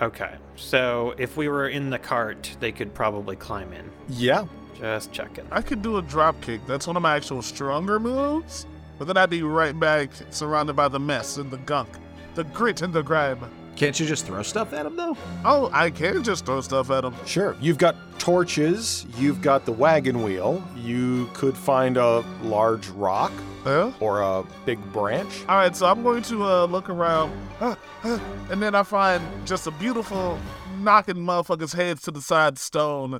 [SPEAKER 3] Okay. So if we were in the cart, they could probably climb in.
[SPEAKER 2] Yeah.
[SPEAKER 3] Just checking.
[SPEAKER 4] I could do a drop kick. That's one of my actual stronger moves. But then I'd be right back surrounded by the mess and the gunk, the grit and the grime.
[SPEAKER 6] Can't you just throw stuff at them though?
[SPEAKER 4] Oh, I can just throw stuff at them.
[SPEAKER 2] Sure. You've got torches, you've got the wagon wheel, you could find a large rock
[SPEAKER 4] Huh?
[SPEAKER 2] or a big branch.
[SPEAKER 4] All right, so I'm going to uh, look around, uh, uh, and then I find just a beautiful knocking motherfuckers' heads to the side stone.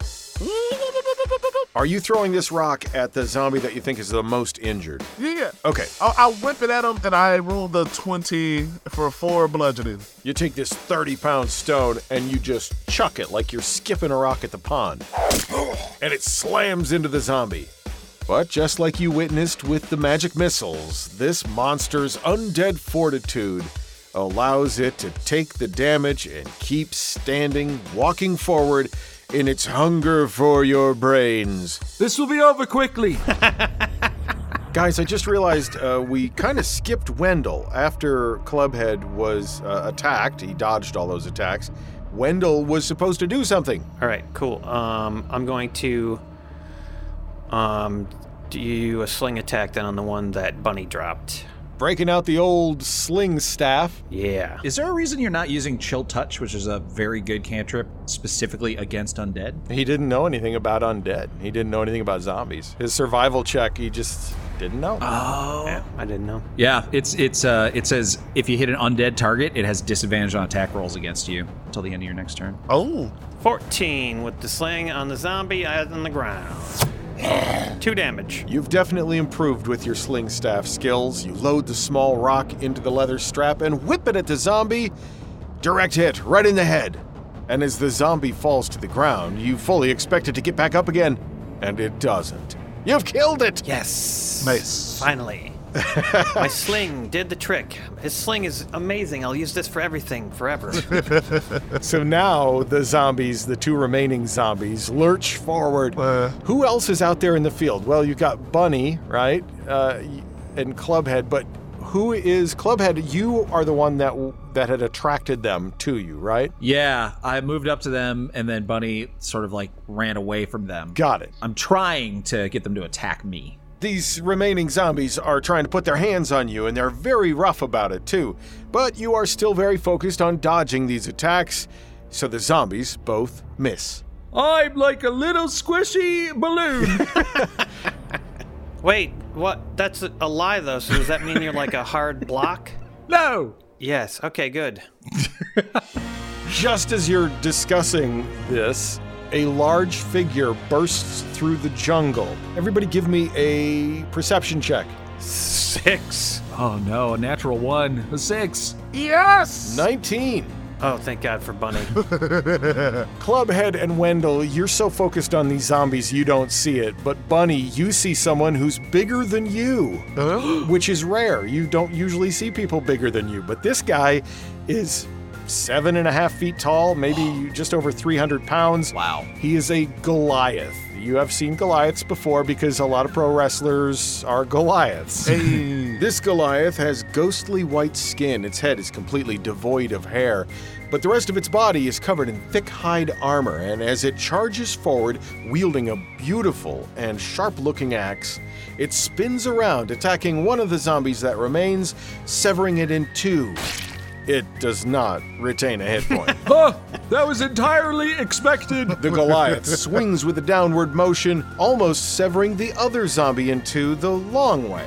[SPEAKER 2] Are you throwing this rock at the zombie that you think is the most injured?
[SPEAKER 4] Yeah,
[SPEAKER 2] Okay.
[SPEAKER 4] I, I whip it at them, and I roll the twenty for four bludgeoning.
[SPEAKER 2] You take this 30 pound stone and you just chuck it like you're skipping a rock at the pond. And it slams into the zombie. But just like you witnessed with the magic missiles, this monster's undead fortitude allows it to take the damage and keep standing, walking forward in its hunger for your brains.
[SPEAKER 5] This will be over quickly.
[SPEAKER 2] Guys, I just realized uh, we kind of skipped Wendell after Clubhead was uh, attacked. He dodged all those attacks. Wendell was supposed to do something.
[SPEAKER 3] All right, cool. Um, I'm going to um, do a sling attack then on the one that Bunny dropped.
[SPEAKER 2] Breaking out the old sling staff.
[SPEAKER 3] Yeah.
[SPEAKER 6] Is there a reason you're not using chill touch, which is a very good cantrip specifically against undead?
[SPEAKER 2] He didn't know anything about undead. He didn't know anything about zombies. His survival check, he just didn't know.
[SPEAKER 3] Yeah, I didn't know.
[SPEAKER 6] Yeah, it's it's uh it says if you hit an undead target, it has disadvantage on attack rolls against you until the end of your next turn.
[SPEAKER 4] Oh,
[SPEAKER 3] 14 with the sling on the zombie eyes on the ground. Two damage.
[SPEAKER 2] You've definitely improved with your sling staff skills. You load the small rock into the leather strap and whip it at the zombie. Direct hit, right in the head. And as the zombie falls to the ground, you fully expect it to get back up again, and it doesn't. You've killed it!
[SPEAKER 3] Yes.
[SPEAKER 4] nice.
[SPEAKER 3] Finally. My sling did the trick. His sling is amazing. I'll use this for everything forever.
[SPEAKER 2] So now the zombies, the two remaining zombies, lurch forward.
[SPEAKER 4] Uh.
[SPEAKER 2] Who else is out there in the field? Well, you've got Bunny, right? Uh, y- and Clubhead, but who is Clubhead? You are the one that w- that had attracted them to you, right?
[SPEAKER 6] Yeah, I moved up to them and then Bunny sort of like ran away from them.
[SPEAKER 2] Got it.
[SPEAKER 6] I'm trying to get them to attack me.
[SPEAKER 2] These remaining zombies are trying to put their hands on you, and they're very rough about it, too. But you are still very focused on dodging these attacks, so the zombies both miss.
[SPEAKER 5] I'm like a little squishy balloon.
[SPEAKER 3] Wait, what? That's a a lie, though. So does that mean you're like a hard block?
[SPEAKER 5] no.
[SPEAKER 3] Yes. Okay, good.
[SPEAKER 2] Just as you're discussing this, a large figure bursts through the jungle. Everybody, give me a perception check.
[SPEAKER 3] Six.
[SPEAKER 5] Oh no, a natural one, a six.
[SPEAKER 2] 19.
[SPEAKER 3] Oh, thank God for Bunny.
[SPEAKER 2] Clubhead and Wendell, you're so focused on these zombies you don't see it, but Bunny, you see someone who's bigger than you, which is rare. You don't usually see people bigger than you, but this guy is seven and a half feet tall, maybe just over 300 pounds.
[SPEAKER 6] Wow.
[SPEAKER 2] He is a Goliath. You have seen Goliaths before because a lot of pro wrestlers are Goliaths. This Goliath has ghostly white skin. Its head is completely devoid of hair, but the rest of its body is covered in thick hide armor. And as it charges forward, wielding a beautiful and sharp looking axe, it spins around, attacking one of the zombies that remains, severing it in two. It does not retain a hit point.
[SPEAKER 5] Oh, that was entirely expected.
[SPEAKER 2] The Goliath swings with a downward motion, almost severing the other zombie into the long way.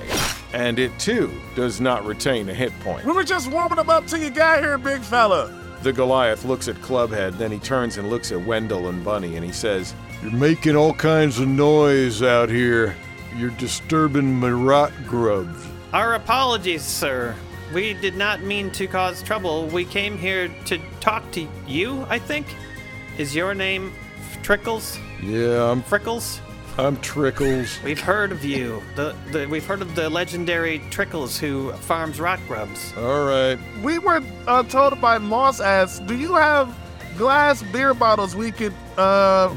[SPEAKER 2] And it too does not retain a hit point.
[SPEAKER 4] We were just warming them up till you got here, big fella.
[SPEAKER 2] The Goliath looks at Clubhead, then he turns and looks at Wendell and Bunny and he says, You're making all kinds of noise out here. You're disturbing my rot grubs.
[SPEAKER 3] Our apologies, sir. We did not mean to cause trouble. We came here to talk to you, I think. Is your name Trickles?
[SPEAKER 2] Yeah, um, I'm,
[SPEAKER 3] Frickles?
[SPEAKER 2] I'm Trickles.
[SPEAKER 3] We've heard of you. The, the, we've heard of the legendary Trickles who farms rock grubs.
[SPEAKER 2] All right.
[SPEAKER 4] We were uh, told by Moss Ass, do you have glass beer bottles we could uh,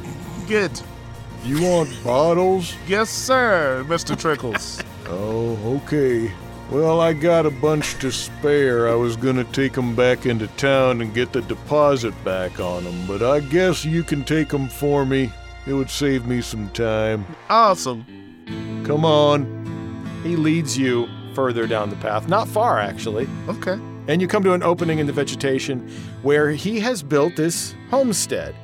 [SPEAKER 4] get?
[SPEAKER 2] You want bottles?
[SPEAKER 4] Yes, sir, Mr. Trickles.
[SPEAKER 2] Oh, okay. Well, I got a bunch to spare. I was going to take 'em back into town and get the deposit back on 'em, but I guess you can take 'em for me. It would save me some time.
[SPEAKER 4] awesome.
[SPEAKER 2] Come on. He leads you further down the path, not far actually,
[SPEAKER 4] Okay.
[SPEAKER 2] and you come to an opening in the vegetation where he has built this homestead.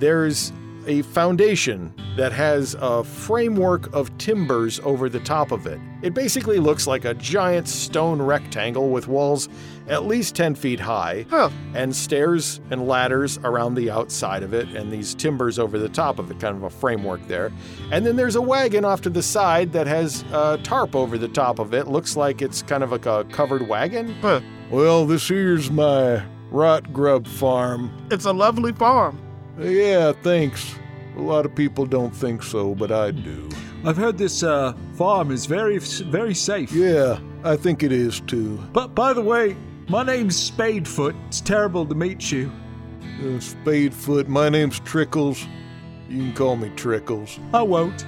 [SPEAKER 2] There's a foundation that has a framework of timbers over the top of it. It basically looks like a giant stone rectangle with walls at least 10 feet high
[SPEAKER 4] Huh.
[SPEAKER 2] and stairs and ladders around the outside of it and these timbers over the top of it, kind of a framework there. And then there's a wagon off to the side that has a tarp over the top of it. Looks like it's kind of like a covered wagon.
[SPEAKER 4] Huh.
[SPEAKER 2] Well, this here's my rot grub farm.
[SPEAKER 4] It's a lovely farm.
[SPEAKER 2] Yeah, thanks. A lot of people don't think so, but I do.
[SPEAKER 5] I've heard this uh, farm is very, very safe.
[SPEAKER 2] Yeah, I think it is too.
[SPEAKER 5] But by the way, my name's Spadefoot. It's terrible to meet you.
[SPEAKER 2] Uh, Spadefoot, my name's Trickles. You can call me Trickles.
[SPEAKER 5] I won't.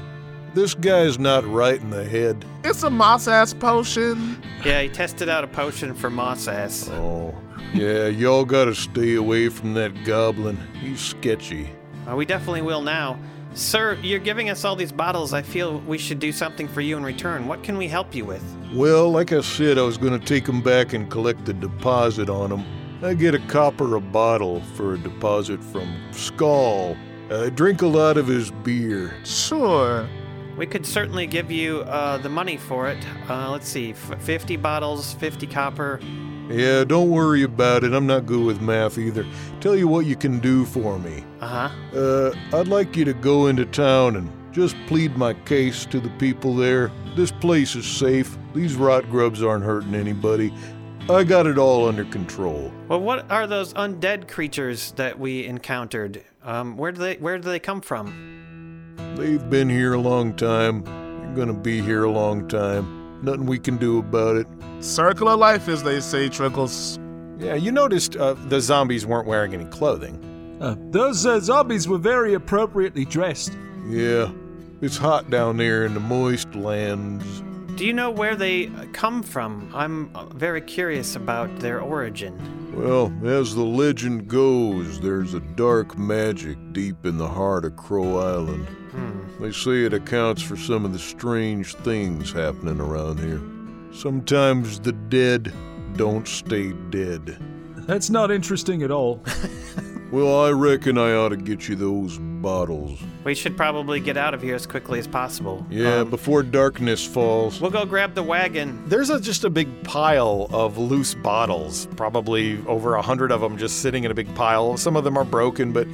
[SPEAKER 2] This guy's not right in the head.
[SPEAKER 4] It's a Moss Ass potion.
[SPEAKER 3] Yeah, he tested out a potion for Moss Ass.
[SPEAKER 2] Oh, yeah, y'all gotta stay away from that goblin. He's sketchy.
[SPEAKER 3] Uh, we definitely will now. Sir, you're giving us all these bottles. I feel we should do something for you in return. What can we help you with?
[SPEAKER 2] Well, like I said, I was gonna take him back and collect the deposit on him. I get a copper a bottle for a deposit from Skull. I drink a lot of his beer.
[SPEAKER 4] Sure.
[SPEAKER 3] We could certainly give you uh, the money for it. Uh, let's see, f- 50 bottles, 50 copper.
[SPEAKER 2] Yeah, don't worry about it. I'm not good with math either. Tell you what you can do for me.
[SPEAKER 3] Uh huh.
[SPEAKER 2] Uh, I'd like you to go into town and just plead my case to the people there. This place is safe. These rot grubs aren't hurting anybody. I got it all under control.
[SPEAKER 3] Well, what are those undead creatures that we encountered? Um, where do they where do they come from?
[SPEAKER 2] They've been here a long time. They're gonna be here a long time. Nothing we can do about it.
[SPEAKER 4] Circle of life, as they say, Trickles.
[SPEAKER 2] Yeah, you noticed uh, the zombies weren't wearing any clothing.
[SPEAKER 5] Uh, those uh, zombies were very appropriately dressed.
[SPEAKER 2] Yeah, it's hot down there in the moist lands.
[SPEAKER 3] Do you know where they uh, come from? I'm uh, very curious about their origin.
[SPEAKER 2] Well, as the legend goes, there's a dark magic deep in the heart of Crow Island. They say it accounts for some of the strange things happening around here. Sometimes the dead don't stay dead.
[SPEAKER 5] That's not interesting at all.
[SPEAKER 2] Well, I reckon I ought to get you those bottles.
[SPEAKER 3] We should probably get out of here as quickly as possible.
[SPEAKER 2] Yeah,
[SPEAKER 3] Um,
[SPEAKER 2] before darkness falls.
[SPEAKER 3] we'll go grab the wagon.
[SPEAKER 2] There's a, just a big pile of loose bottles, probably over a hundred of them just sitting in a big pile. Some of them are broken, but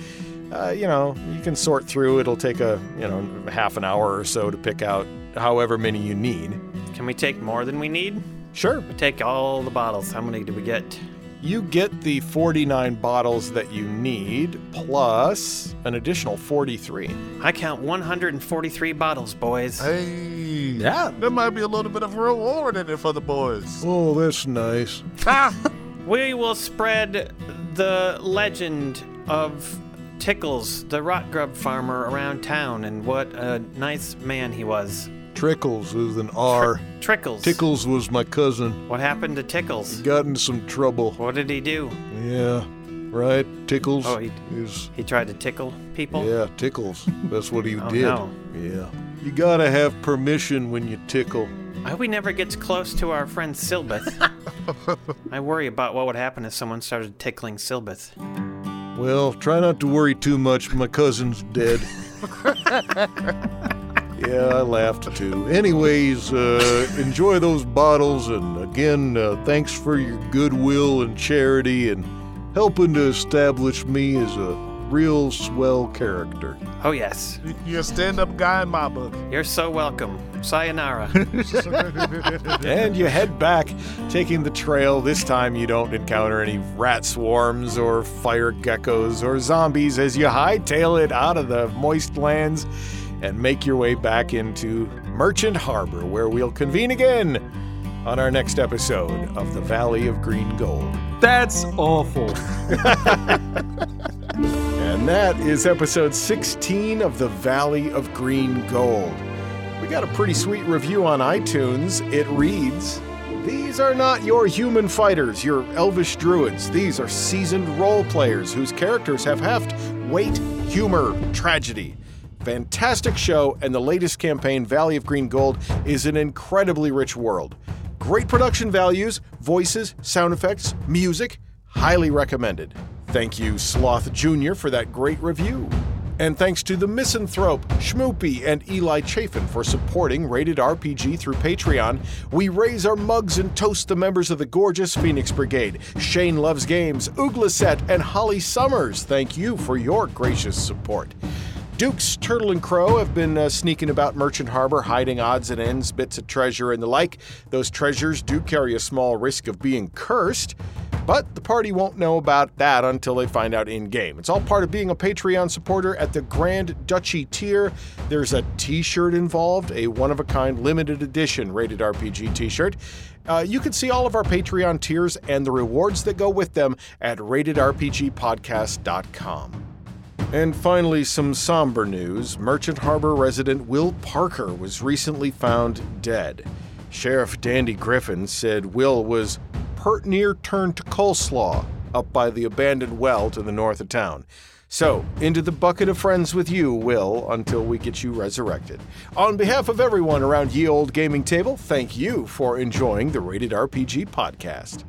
[SPEAKER 2] uh, you know you can sort through. It'll take a you know half an hour or so to pick out however many you need.
[SPEAKER 3] Can we take more than we need?
[SPEAKER 2] Sure,
[SPEAKER 3] We take all the bottles. How many do we get?
[SPEAKER 2] you get the 49 bottles that you need plus an additional 43.
[SPEAKER 3] I count 143 bottles, boys.
[SPEAKER 4] Hey.
[SPEAKER 6] Yeah.
[SPEAKER 4] There might be a little bit of reward in it for the boys.
[SPEAKER 2] Oh, that's nice.
[SPEAKER 4] Ah,
[SPEAKER 3] We will spread the legend of Tickles, the rot grub farmer, around town and what a nice man he was.
[SPEAKER 2] Trickles with an R.
[SPEAKER 3] Trickles.
[SPEAKER 2] Tickles was my cousin.
[SPEAKER 3] What happened to Tickles?
[SPEAKER 2] Got in some trouble.
[SPEAKER 3] What did he do?
[SPEAKER 2] Yeah, right. Tickles
[SPEAKER 3] Oh, he-
[SPEAKER 2] is.
[SPEAKER 3] He tried to tickle people?
[SPEAKER 2] Yeah, tickles. That's what he
[SPEAKER 3] Oh,
[SPEAKER 2] did.
[SPEAKER 3] no.
[SPEAKER 2] Yeah. You gotta have permission when you tickle.
[SPEAKER 3] I hope he never gets close to our friend Silbeth. I worry about what would happen if someone started tickling Silbeth.
[SPEAKER 2] Well, try not to worry too much. My cousin's dead. yeah, I laughed too. Anyways, uh, enjoy those bottles, and again, uh, thanks for your goodwill and charity and helping to establish me as a real swell character.
[SPEAKER 3] Oh, yes.
[SPEAKER 4] Y- You're a stand-up guy in my book.
[SPEAKER 3] You're so welcome. Sayonara.
[SPEAKER 2] and you head back, taking the trail. This time you don't encounter any rat swarms or fire geckos or zombies as you hightail it out of the moist lands and make your way back into Merchant Harbor, where we'll convene again on our next episode of The Valley of Green Gold.
[SPEAKER 5] That's awful.
[SPEAKER 2] And that is episode 16 of The Valley of Green Gold. We got a pretty sweet review on iTunes. It reads These are not your human fighters, your elvish druids. These are seasoned role players whose characters have heft, weight, humor, tragedy. Fantastic show, and the latest campaign, Valley of Green Gold, is an incredibly rich world. Great production values, voices, sound effects, music. Highly recommended. Thank you, Sloth Jr., for that great review. And thanks to the Misanthrope, Schmoopy, and Eli Chafin for supporting Rated RPG through Patreon. We raise our mugs and toast the members of the gorgeous Phoenix Brigade, Shane Loves Games, Uglaset, and Holly Summers. Thank you for your gracious support. Dukes, Turtle, and Crow have been uh, sneaking about Merchant Harbor, hiding odds and ends, bits of treasure, and the like. Those treasures do carry a small risk of being cursed, but the party won't know about that until they find out in game. It's all part of being a Patreon supporter at the Grand Duchy tier. There's a t shirt involved, a one of a kind limited edition rated RPG t shirt. Uh, you can see all of our Patreon tiers and the rewards that go with them at ratedrpgpodcast.com. And finally, some somber news. Merchant Harbor resident Will Parker was recently found dead. Sheriff Dandy Griffin said Will was pert near turned to coleslaw up by the abandoned well to the north of town. So, into the bucket of friends with you, Will, until we get you resurrected. On behalf of everyone around Ye Old Gaming Table, thank you for enjoying the Rated RPG podcast.